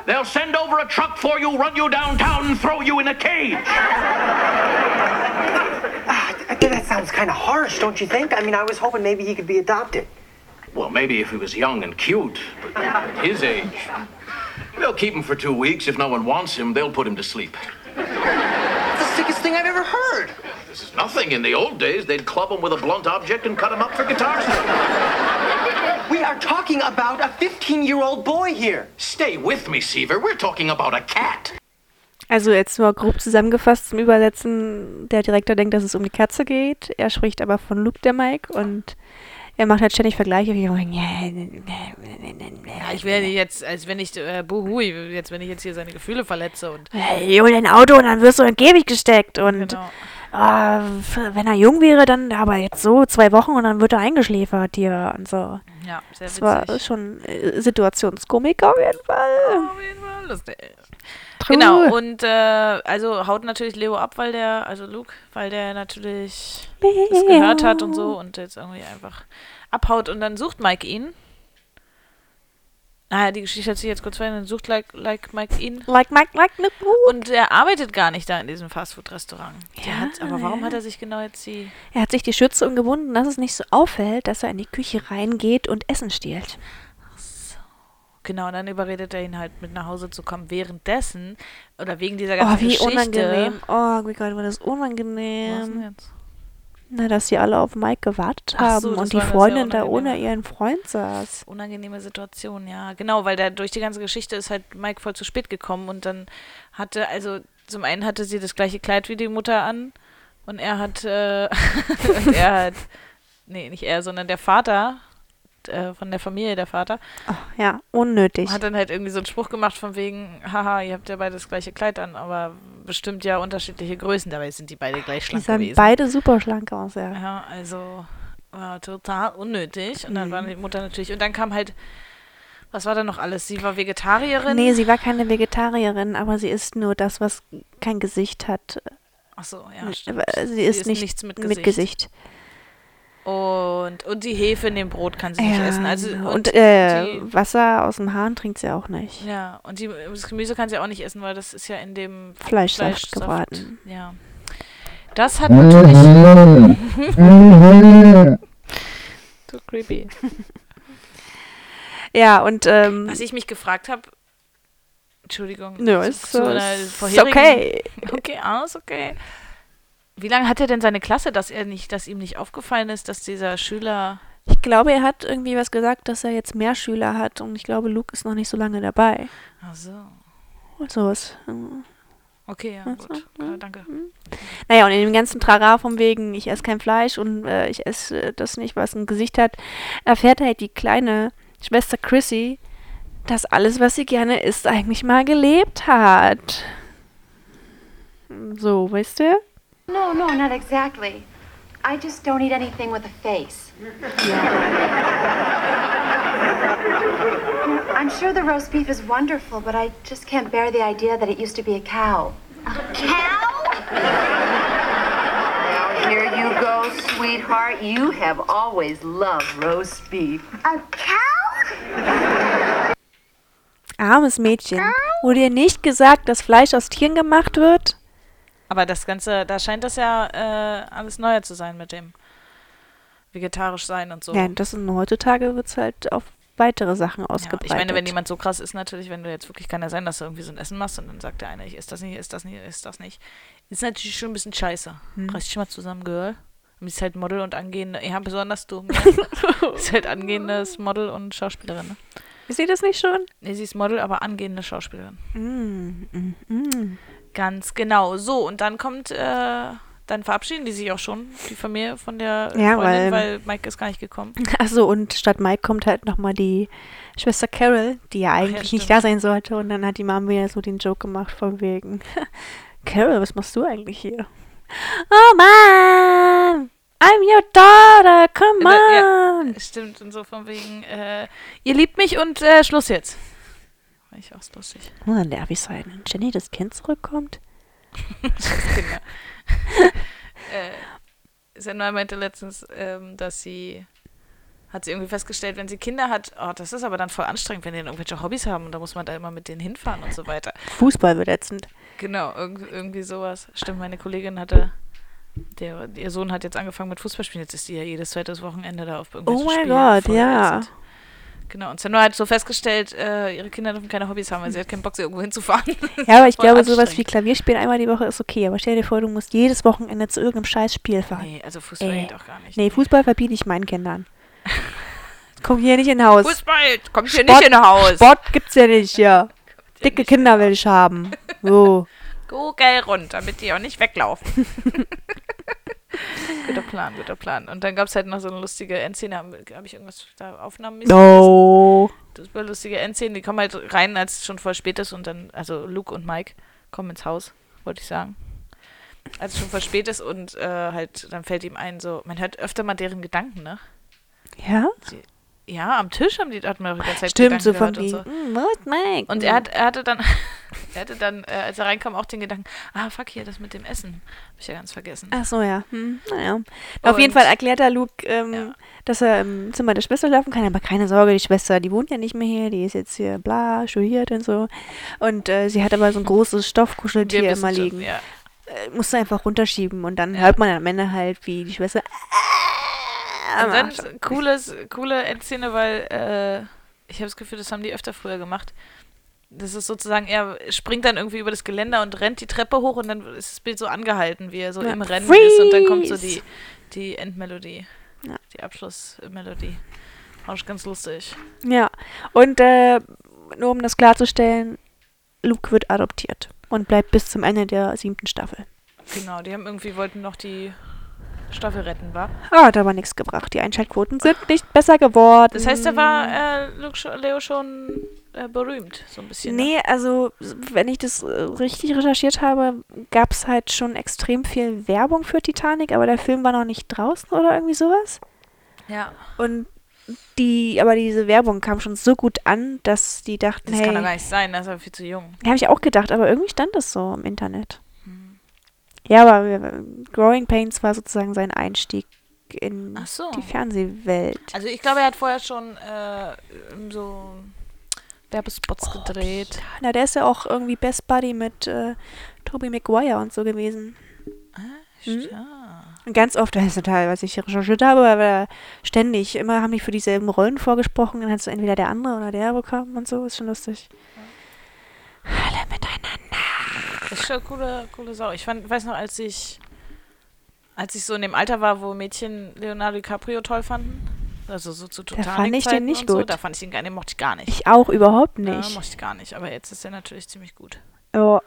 They'll send over a truck for you, run you downtown, and throw you in a cage. I think that sounds kind of harsh, don't you think? I mean, I was hoping maybe he could be adopted. Well, maybe if he was young and cute, but at his age. They'll keep him for two weeks. If no one wants him, they'll put him to sleep. That's the sickest thing I've ever heard. This is nothing. In the old days, they'd club him with a blunt object and cut him up for guitar string. We are talking about a 15 year old boy here. Stay with me, Seaver. We're talking about a cat. Also jetzt nur grob zusammengefasst zum Übersetzen. Der Direktor denkt, dass es um die Katze geht. Er spricht aber von Luke, der Mike. Und er macht halt ständig Vergleiche. Wie, Ja, ich werde jetzt, als wenn ich, äh, buhui, jetzt, wenn ich jetzt hier seine Gefühle verletze und. hey, hol dein Auto und dann wirst du in den Käfig gesteckt. Und Genau. ah, f- wenn er jung wäre, dann aber jetzt so zwei Wochen und dann wird er eingeschläfert hier und so. Ja, sehr Das war Mhm, witzig. schon äh, Situationskomik auf jeden Fall. Auf jeden Fall lustig. True. Genau, und äh, also haut natürlich Leo ab, weil der, also Luke, weil der natürlich das gehört hat und so und jetzt irgendwie einfach abhaut und dann sucht Mike ihn. Naja, die Geschichte hat sich jetzt kurz verändert, dann sucht like, like Mike ihn. Like, like, like, Luke. Und er arbeitet gar nicht da in diesem Fastfood-Restaurant. Der hat, aber warum hat er sich genau jetzt die. Er hat sich die Schürze umgebunden, dass es nicht so auffällt, dass er in die Küche reingeht und Essen stiehlt. Genau, und dann überredet er ihn halt mit nach Hause zu kommen. Währenddessen, oder wegen dieser Oh, ganzen wie Geschichte. unangenehm. Ähm, Oh mein Gott, war das Was denn unangenehm. jetzt? Na, dass sie alle auf Mike gewartet Ach haben so, das und die war eine sehr Freundin da ohne unangenehme- ihren Freund saß. Unangenehme Situation, ja. Genau, weil da durch die ganze Geschichte ist halt Mike voll zu spät gekommen und dann hatte, also zum einen hatte sie das gleiche Kleid wie die Mutter an und er hat, äh, und er hat, nee, nicht er, sondern der Vater äh, von der Familie, der Vater, Ja, unnötig. hat dann halt irgendwie so einen Spruch gemacht von wegen, haha, ihr habt ja beide das gleiche Kleid an, aber bestimmt ja unterschiedliche Größen, dabei sind die beide gleich Die schlank sahen gewesen. beide super schlank aus, ja. Ja, also war total unnötig. Und dann war Mhm. die Mutter natürlich. Und dann kam halt, was war da noch alles? Sie war Vegetarierin. Nee, sie war keine Vegetarierin, aber sie isst nur das, was kein Gesicht hat. Achso, ja, Äh, stimmt. sie, isst nicht, nichts mit Mit Gesicht. Gesicht. Und, und die Hefe in dem Brot kann sie nicht Ja, essen. Also, genau. und, und äh, die, Wasser aus dem Hahn trinkt sie auch nicht. ja, und die, das Gemüse kann sie auch nicht essen, weil das ist ja in dem Fleischsaft gebraten. Ja. Das hat natürlich. so creepy. Ja, und ähm, Was ich mich gefragt habe. Entschuldigung. nö, zu- ist, zu einer äh, ist vorherigen- okay. Okay, alles okay. Wie lange hat er denn seine Klasse, dass er nicht, dass ihm nicht aufgefallen ist, dass dieser Schüler Ich glaube, er hat irgendwie was gesagt, dass er jetzt mehr Schüler hat und ich glaube, Luke ist noch nicht so lange dabei. Ach so. Und sowas. Mhm. Okay, ja, gut. Ja, danke. Naja, und in dem ganzen Trara vom wegen, ich esse kein Fleisch und äh, ich esse äh, das nicht, was ein Gesicht hat, erfährt halt die kleine Schwester Chrissy, dass alles, was sie gerne isst, eigentlich mal gelebt hat. So, weißt du? No, no, not exactly. I just don't eat anything with a face. I'm sure the roast beef is wonderful, but I just can't bear the idea that it used to be a cow. A cow? Now, here you go, sweetheart. You have always loved roast beef. A cow? Armes Mädchen. Wurde ihr nicht gesagt, dass Fleisch aus Tieren gemacht wird? Aber das Ganze, da scheint das ja äh, alles neuer zu sein mit dem vegetarisch sein und so. Ja, das sind heutzutage wird es halt auf weitere Sachen Ja, ausgebreitet. ich meine, wenn jemand so krass ist, natürlich, wenn du jetzt wirklich, kann ja sein, dass du irgendwie so ein Essen machst und dann sagt der eine, ich esse das nicht, esse das nicht, esse das nicht. Ist natürlich schon ein bisschen scheiße. Hm. Reiß dich mal zusammen, Girl. Und ist halt Model und angehende, ja, besonders du. Ja. ist halt angehendes Model und Schauspielerin. Ne? Ist sie das nicht schon? Nee, sie ist Model, aber angehende Schauspielerin. Mm, Ganz genau. So, und dann kommt, äh, dann verabschieden die sich auch schon, die Familie von der äh, Ja, Freundin, weil- weil Mike ist gar nicht gekommen. Achso, und statt Mike kommt halt nochmal die Schwester Carol, die ja ja, eigentlich nicht stimmt. da sein sollte. Und dann hat die Mom wieder so den Joke gemacht von wegen, Carol, was machst du eigentlich hier? Oh Mom, I'm your daughter, come Na, Äh, ja. on. Stimmt, und so von wegen, äh, ihr liebt mich und äh, Schluss jetzt. War ich auch so lustig. Und dann nervig sein. Wenn Jenny das Kind zurückkommt. Kinder. Äh, Senna meinte letztens, ähm, dass sie, hat sie irgendwie festgestellt, wenn sie Kinder hat, oh, das ist aber dann voll anstrengend, wenn die dann irgendwelche Hobbys haben und da muss man da immer mit denen hinfahren und so weiter. Fußball wird ätzend. Genau, irg irgendwie sowas. Stimmt, meine Kollegin hatte, der, ihr Sohn hat jetzt angefangen mit Fußballspielen, jetzt ist sie ja jedes zweites Wochenende da auf irgendwelchen Oh mein Spielen. Gott, Voll ja. ätzend. Genau, und Senna hat so festgestellt, äh, ihre Kinder dürfen keine Hobbys haben, weil sie hat keinen Bock, sie irgendwo hinzufahren. Ja, aber ich Voll glaube, sowas wie anstrengend. Klavierspielen einmal die Woche ist okay. Aber stell dir vor, du musst jedes Wochenende zu irgendeinem scheiß Spiel fahren. Nee, also Fußball geht auch gar nicht. Äh, Nee, Fußball verbiete ich meinen Kindern. Komm hier nicht in Haus. Fußball, kommt hier nicht in den Haus. Sport gibt's ja nicht hier. Dicke Kinder will ich haben. So. Google runter, damit die auch nicht weglaufen. guter Plan, guter Plan. Und dann gab es halt noch so eine lustige Endszene. Habe hab ich irgendwas da Aufnahmen? No. Das war lustige Endszene. Die kommen halt rein, als es schon voll spät ist. Und dann, also Luke und Mike kommen ins Haus, wollte ich sagen. Als es schon voll spät ist und äh, halt, dann fällt ihm ein, so, man hört öfter mal deren Gedanken, ne? Ja? Ja, am Tisch haben die, hat man auch die ganze Zeit Stimmt, Gedanken so von gehört und wegen. so. "Mm, Wo ist Mike? Und er, hat, er hatte dann, er hatte dann äh, als er reinkam, auch den Gedanken, ah, fuck hier, das mit dem Essen. Hab ich ja ganz vergessen. Ach so, ja. Hm, naja. Na, auf jeden Und- Fall erklärt er Luke, ähm, dass er im Zimmer der Schwester schlafen kann. Aber keine Sorge, die Schwester, die wohnt ja nicht mehr hier. Die ist jetzt hier bla, studiert und so. Und äh, sie hat aber so ein großes Wir Stoffkuscheltier wissen immer schon, liegen. ja. Äh, musst du einfach runterschieben. Und dann hört man am Ende halt, wie die Schwester. Ah, Und dann cooles, coole Endszene, weil äh, ich habe das Gefühl, das haben die öfter früher gemacht. Das ist sozusagen, er springt dann irgendwie über das Geländer und rennt die Treppe hoch und dann ist das Bild so angehalten, wie er so Ja. im Rennen ist und dann kommt so Freeze! die, die Endmelodie, Ja. die Abschlussmelodie. Fand ich ganz lustig. Ja. Und äh, nur um das klarzustellen, Luke wird adoptiert und bleibt bis zum Ende der siebten Staffel. Genau, die haben irgendwie, wollten noch die Staffel retten, war? Ah, hat aber nichts gebracht. Die Einschaltquoten sind nicht besser geworden. Das heißt, da Mm. war äh, Luke Scho- Leo schon äh, berühmt, so ein bisschen. ne? Nee, also s- wenn ich das äh, richtig recherchiert habe, gab es halt schon extrem viel Werbung für Titanic, aber der Film war noch nicht draußen oder irgendwie sowas. Ja. Und die, aber diese Werbung kam schon so gut an, dass die dachten, Das hey, kann doch gar nicht sein, das ist ja viel zu jung. habe ich auch gedacht, aber irgendwie stand das so im Internet. Hm. Ja, aber wir- Growing Pains war sozusagen sein Einstieg in Ach so. die Fernsehwelt. Also ich glaube, er hat vorher schon äh, so Werbespots Oh, gedreht. Ah, Na, der ist ja auch irgendwie Best Buddy mit äh, Tobey Maguire und so gewesen. Hm? Und ganz oft, das ist total, was ich recherchiert habe, aber ständig, immer haben die für dieselben Rollen vorgesprochen, dann hat so entweder der andere oder der bekommen und so, ist schon lustig. Das ist schon eine coole, coole Sau. Ich fand, weiß noch, als ich, als ich so in dem Alter war, wo Mädchen Leonardo DiCaprio toll fanden, also so zu fand ich Titanic den nicht und So, gut. da fand ich ihn gar nicht, mochte ich gar nicht. Ich auch überhaupt Ja, nicht. mochte ich gar nicht, aber jetzt ist er natürlich ziemlich gut. Ja,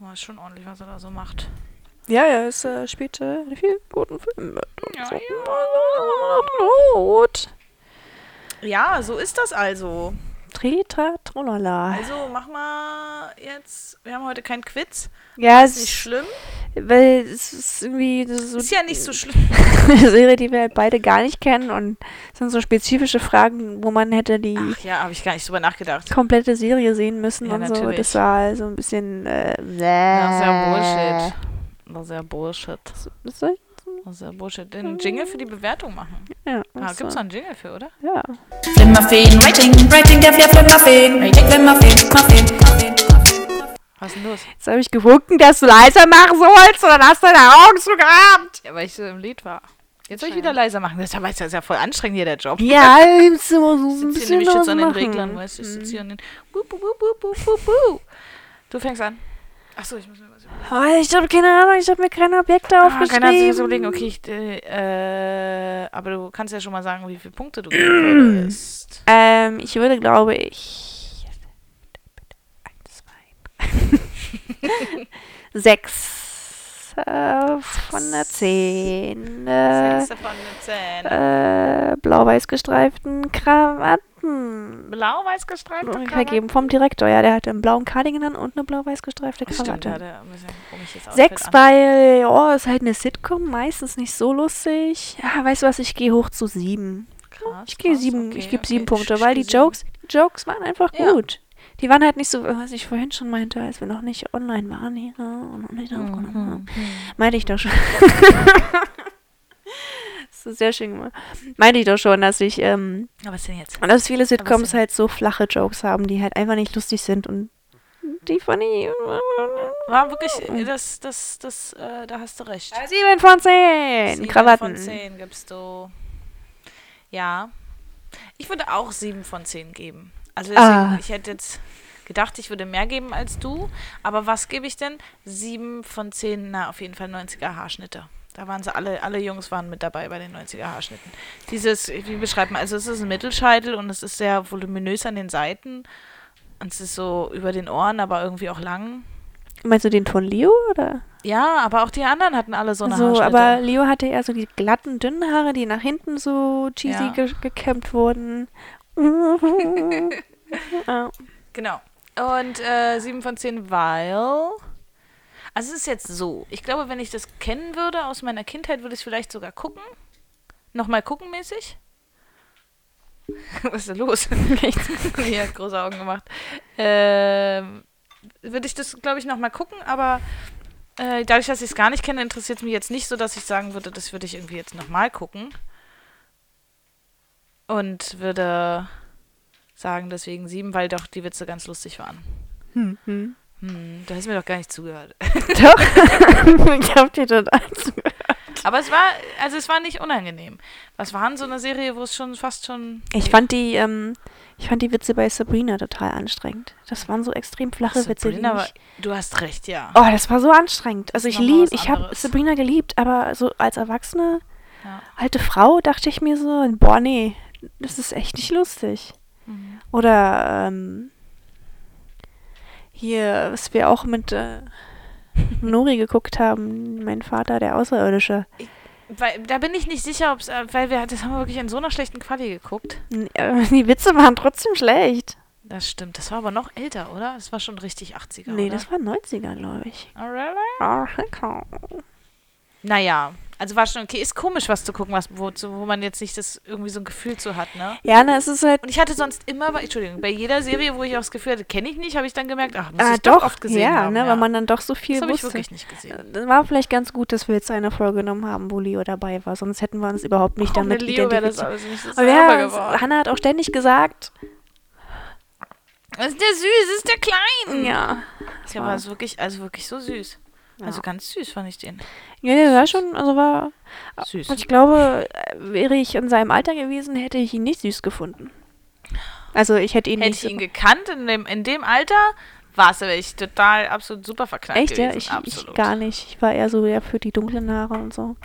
Aber ist schon ordentlich, was er da so macht. ja, ja es äh, spielt äh, in vielen guten Filmen mit. Und Ja, so. ja. Not. Ja, so ist das also. Trita, trolala. Also mach mal jetzt, wir haben heute kein Quiz. Ja, ist es- nicht schlimm. Weil es ist irgendwie das ist so Ist ja nicht so schlimm. eine Serie, die wir halt beide gar nicht kennen und es sind so spezifische Fragen, wo man hätte die Ach ja, habe ich gar nicht drüber nachgedacht. komplette Serie sehen müssen Ja, und so. natürlich. Das war halt so ein bisschen äh, Das ist ja Bullshit. Das ist ja Bullshit. Was soll ich? Das ist ja Bullshit. Den Jingle für die Bewertung machen. Ja, Ah, was gibt's noch soll- einen Jingle für, oder? ja. Flimmerfeen, Rating, Rating der vier Flimmerfeen. Rating, Flimmerfeen, Muffin. Was ist denn los? Jetzt habe ich gewunken, dass du leiser machen sollst und dann hast du deine Augen zugehabt. Ja, weil ich so im Lied war. Jetzt soll ich wieder leiser machen. Das ist ja- ist ja voll anstrengend hier, der Job. Ja, du musst immer so Ich ein sitze hier bisschen also, nämlich was jetzt an den machen. Mhm. Reglern, weißt du? Ich sitze hier an den... Bu, bu, bu, bu, bu, bu, bu. Du fängst an. Achso, ich muss mir was überlegen. Oh, ich habe keine Ahnung, ich habe mir keine Objekte Ah, aufgeschrieben. keiner hat sich was überlegen. Okay, ich, äh, äh, aber du kannst ja schon mal sagen, wie viele Punkte du geben würdest. Ähm, ich würde, glaube ich. Eins, zwei. Sechs äh, von der zehn. Äh, Sechs von den zehn. äh, blau-weiß gestreiften Krawatten. Blau-weiß gestreift. Vergeben vom Direktor, ja, der hatte einen blauen Cardigan an und eine blau-weiß gestreifte Stimmt, Krawatte. der hatte ein bisschen komisches Outfit Sechs an. bei, ja, ist halt eine Sitcom, meistens nicht so lustig. Ja, weißt du was, ich gehe hoch zu sieben. Krass, Ich gehe krass, sieben, okay, ich gebe okay. sieben Ich- Punkte, ich weil geh die sieben. Jokes, die Jokes waren einfach Ja. gut. Die waren halt nicht so, was ich vorhin schon meinte, als wir noch nicht online waren hier ne, und noch Mhm, nicht aufgenommen haben. Meinte ich doch schon. das ist sehr schön gemacht. Meinte ich doch schon, dass ich, ähm, Aber was denn jetzt? dass viele Sitcoms halt so flache Jokes haben, die halt einfach nicht lustig sind und die funny. War wirklich, das, das, das, äh, da hast du recht. Sieben von zehn Sieben Krawatten. von zehn gibst du. Ja. Ich würde auch sieben von zehn geben. Also deswegen, Ah. ich hätte jetzt gedacht, ich würde mehr geben als du. Aber was gebe ich denn? Sieben von zehn, na, auf jeden Fall 90er Haarschnitte. Da waren sie alle, alle Jungs waren mit dabei bei den 90er Haarschnitten. Dieses, wie beschreibt man, also es ist ein Mittelscheitel und es ist sehr voluminös an den Seiten. Und es ist so über den Ohren, aber irgendwie auch lang. Meinst du den von Leo oder? Ja, aber auch die anderen hatten alle so eine so, Haarschnitte. aber Leo hatte eher so die glatten, dünnen Haare, die nach hinten so cheesy Ja. ge gekämmt wurden. Ah. Genau. Und äh, 7 von 10, weil. Also, es ist jetzt so. Ich glaube, wenn ich das kennen würde aus meiner Kindheit, würde ich es vielleicht sogar gucken. Nochmal gucken mäßig. Was ist da los? Hier hat große Augen gemacht. Ähm, würde ich das, glaube ich, nochmal gucken, aber äh, dadurch, dass ich es gar nicht kenne, interessiert es mich jetzt nicht so, dass ich sagen würde, das würde ich irgendwie jetzt nochmal gucken. Und würde sagen, deswegen sieben, weil doch die Witze ganz lustig waren. Mhm. Hm, da hast du mir doch gar nicht zugehört. Doch, ich hab dir total zugehört. Aber es war, also es war nicht unangenehm. Was war denn so eine Serie, wo es schon fast schon. Ich fand die, ähm, ich fand die Witze bei Sabrina total anstrengend. Das waren so extrem flache Witze. Die Sabrina war- mich, du hast recht, ja. oh, das war so anstrengend. Also ich Nochmal lieb, was ich habe anderes. Sabrina geliebt, aber so als erwachsene Ja. alte Frau dachte ich mir so, boah nee, das ist echt nicht lustig. Mhm. Oder ähm, hier, was wir auch mit äh, Nori geguckt haben, mein Vater, der Außerirdische. Weil, da bin ich nicht sicher, ob's, äh, weil wir das haben wir wirklich in so einer schlechten Quali geguckt. N- äh, Die Witze waren trotzdem schlecht. Das stimmt. Das war aber noch älter, oder? Das war schon richtig 80er. nee, oder? das war 90er, glaube ich. Oh, really? Ah, lecker. Naja, also war schon okay. Ist komisch, was zu gucken, was, wo, zu- wo man jetzt nicht das irgendwie so ein Gefühl zu hat, ne? Ja, na, es ist halt. Und ich hatte sonst immer, bei, Entschuldigung, bei jeder Serie, wo ich auch das Gefühl hatte, kenne ich nicht, habe ich dann gemerkt, ach, muss Ah, ich doch oft gesehen ja, haben. ne, weil man dann doch so viel das habe ich wusste. Äh, wirklich nicht gesehen. Das war vielleicht ganz gut, dass wir jetzt eine Folge genommen haben, wo Leo dabei war, sonst hätten wir uns überhaupt nicht Ohne damit Oh, Leo wäre das identifiziert. alles nicht so Aber sauber ja, es- geworden. Hannah hat auch ständig gesagt. Das ist der süß, ist der klein. Ah. Ja. Der war so wirklich, also wirklich so süß. Also Ja. ganz süß fand ich den. Ja, der war schon, also war. Süß. Und ich glaube, äh, wäre ich in seinem Alter gewesen, hätte ich ihn nicht süß gefunden. Also ich hätte ihn Hätte nicht. ich so- ihn gekannt in dem, in dem Alter, war es aber ich total absolut super verknallt Echt, ja? gewesen. Ich, ich absolut. gar nicht. Ich war eher so ja, für die dunklen Haare und so.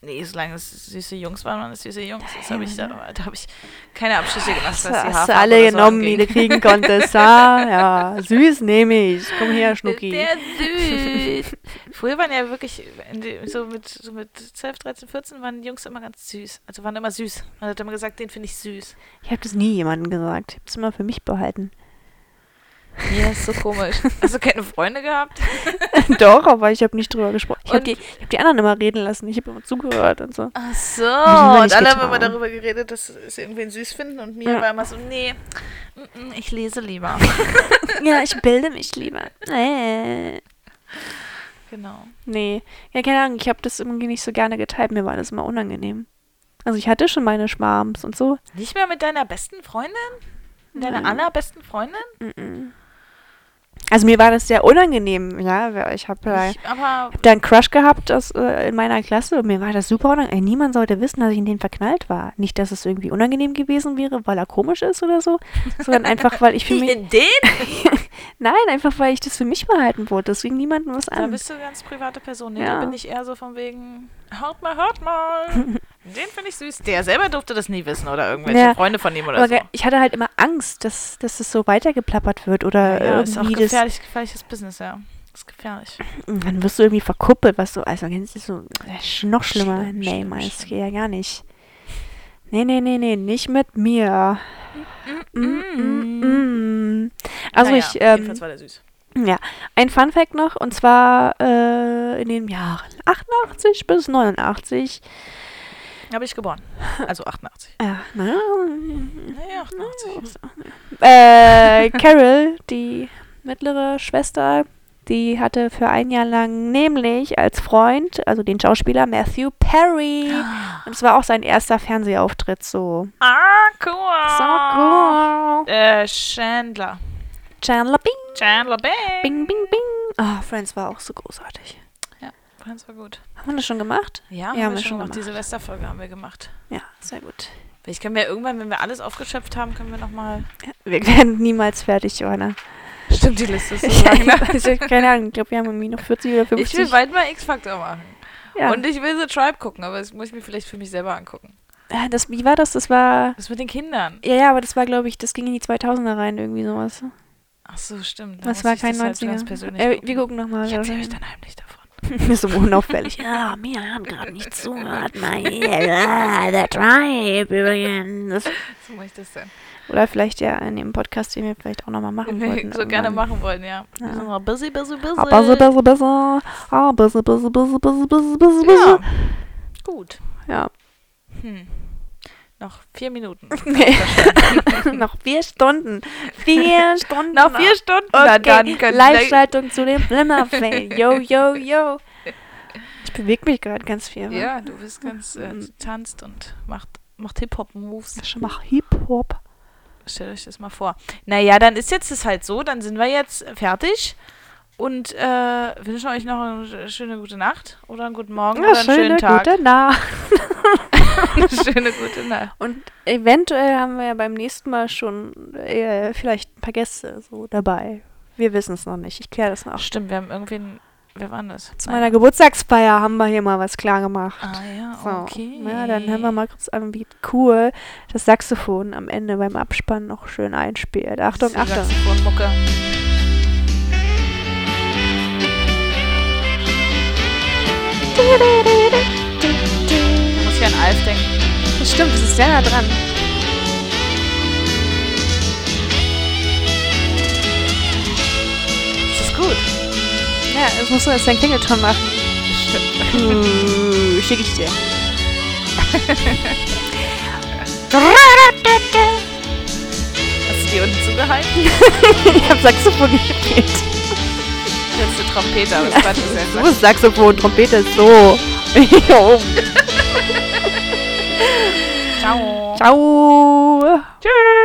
Nee, solange es süße Jungs waren, waren es süße Jungs. Das habe ich da, da habe ich keine Abschlüsse gemacht, was die Hast du Haarfarbe alle oder so genommen, die anging. du kriegen konntest. Ah, ja, süß nehme ich. Komm her, Schnucki. Der süß. Früher waren ja wirklich, in die- so mit, so mit 12, 13, 14 waren die Jungs immer ganz süß. Also waren immer süß. Man hat immer gesagt, den finde ich süß. Ich habe das nie jemandem gesagt. Ich habe es immer für mich behalten. Ja, ist so komisch. Hast du keine Freunde gehabt? Doch, aber ich habe nicht drüber gesprochen. Ich habe Und- die, ich hab die anderen immer reden lassen. Ich habe immer zugehört und so. Ach so. wir Und nicht alle haben immer getan. darüber geredet, dass sie irgendwen süß finden. Und mir Ja. war immer so, nee, mm, mm, ich lese lieber. Ja, ich bilde mich lieber. Nee. genau. Äh. Nee. Ja, keine Ahnung. Ich habe das irgendwie nicht so gerne geteilt. Mir war das immer unangenehm. Also ich hatte schon meine Schmarms und so. Nicht mehr mit deiner besten Freundin? Mit Deiner allerbesten Freundin? Also mir war das sehr unangenehm. Ja, weil ich halt habe da, Ich, aber hab da einen Crush gehabt aus, äh, in meiner Klasse. Und mir war das super unangenehm. Niemand sollte wissen, dass ich in den verknallt war. Nicht, dass es irgendwie unangenehm gewesen wäre, weil er komisch ist oder so. Sondern einfach, weil ich für mich... in den? Nein, einfach weil ich das für mich behalten wollte. Deswegen niemandem was Da an. bist du eine ganz private Person. Nee, Ja. Da bin ich eher so von wegen, hört mal, hört mal. Den finde ich süß. Der selber durfte das nie wissen oder irgendwelche Ja. Freunde von ihm oder Aber so. ge- ich hatte halt immer Angst, dass, dass es so weitergeplappert wird oder Ja, ist auch äh, irgendwie das. gefährlich, gefährliches Business, ja. Ist gefährlich. Dann wirst du irgendwie verkuppelt, was so. Also kennst du so das ist noch schlimmer. Schlimm, nee, schlimm, mal, das schlimm. geht ja gar nicht. Nee, nee, nee, nee, nicht mit mir. Mm, mm, mm. Also naja, ich, ähm, jedenfalls war der süß. ja, ein Fun Fact noch, und zwar äh, in den Jahren 88 bis 89 Habe ich geboren. Also 88. Ja, Ah, na. ne? Naja, 88. Äh, Carol, die mittlere Schwester, die hatte für ein Jahr lang nämlich als Freund, also den Schauspieler Matthew Perry. Und es war auch sein erster Fernsehauftritt so. Ah, So cool. cool. Äh, Chandler. Chandler Bing. Chandler Bing. Bing, bing, bing. Ah, Friends war auch so großartig. Ja, ganz war gut. Haben wir das schon gemacht? Ja, haben wir schon gemacht. Die Silvesterfolge haben wir gemacht. Ja, sehr gut. Ich können wir irgendwann, wenn wir alles aufgeschöpft haben, können wir nochmal. Wir werden niemals fertig, Johanna. Stimmt, die Liste ist Ich so lang. ne? habe keine Ahnung, ich glaube, wir haben irgendwie noch 40 oder Ich will 50. bald mal X-Factor machen. Ja. Und ich will The Tribe gucken, aber das muss ich mir vielleicht für mich selber angucken. Äh, das, wie war das? Das war. Das mit den Kindern. Ja, ja, aber das war, glaube ich, das ging in die 2000er rein, irgendwie sowas. Ach so, stimmt. Da Das muss war ich kein das halt ganz 90er. persönlich Äh, gucken. wir gucken nochmal. Ich erzähle euch dann heimlich davon. so unauffällig. Ja, mir haben gerade nicht zugehört, mein ja, der Tribe übrigens. So muss ich das denn. Oder vielleicht ja in dem Podcast, den wir vielleicht auch nochmal machen Wenn wollten. wir so gerne irgendwann. machen wollen, ja. Ja. Wir sind mal busy, busy, busy. Ah, buzzer, buzzer, buzzer. Ah, buzzer, buzzer, buzzer, buzzer, buzzer, buzzer, buzzer. Gut. Ja. Hm. Noch vier Minuten. Noch vier Stunden. Vier Stunden. Noch vier Okay. Stunden. Na dann können Live-Schaltung zu dem Flimmerfilm. Yo, yo, yo. Ich bewege mich gerade ganz viel. wa? Ja, du bist ganz äh, du tanzt und macht, macht Hip-Hop-Moves. Ich mach Hip-Hop. Stellt euch das mal vor. Naja, dann ist jetzt es halt so, dann sind wir jetzt fertig und äh, wünschen euch noch eine schöne gute Nacht oder einen guten Morgen Ja, oder einen schöne, schönen Tag. gute Nacht. schöne gute Nacht. Und eventuell haben wir ja beim nächsten Mal schon äh, vielleicht ein paar Gäste so dabei. Wir wissen es noch nicht. Ich kläre das noch. Stimmt, wir haben irgendwen. Wer war denn das? Zu meiner Geburtstagsfeier haben wir hier mal was klar gemacht. Ah ja, okay. Na, dann hören wir mal kurz an, wie cool das Saxophon am Ende beim Abspann noch schön einspielt. Achtung, Das ist die Achtung. Saxophonmucke. Da muss ich an Alf denken. Das stimmt, das ist sehr nah dran. Das ist gut. Ja, jetzt musst du jetzt dein Klingelton machen. Stimmt. Schicke ich dir. Hast du die unten zugehalten? ich hab Saxophon gespielt. Das ist eine Trompeter, aber das war das So ist Saxophon, Trompete ist so. Jo. Ciao. Ciao. Tschüss.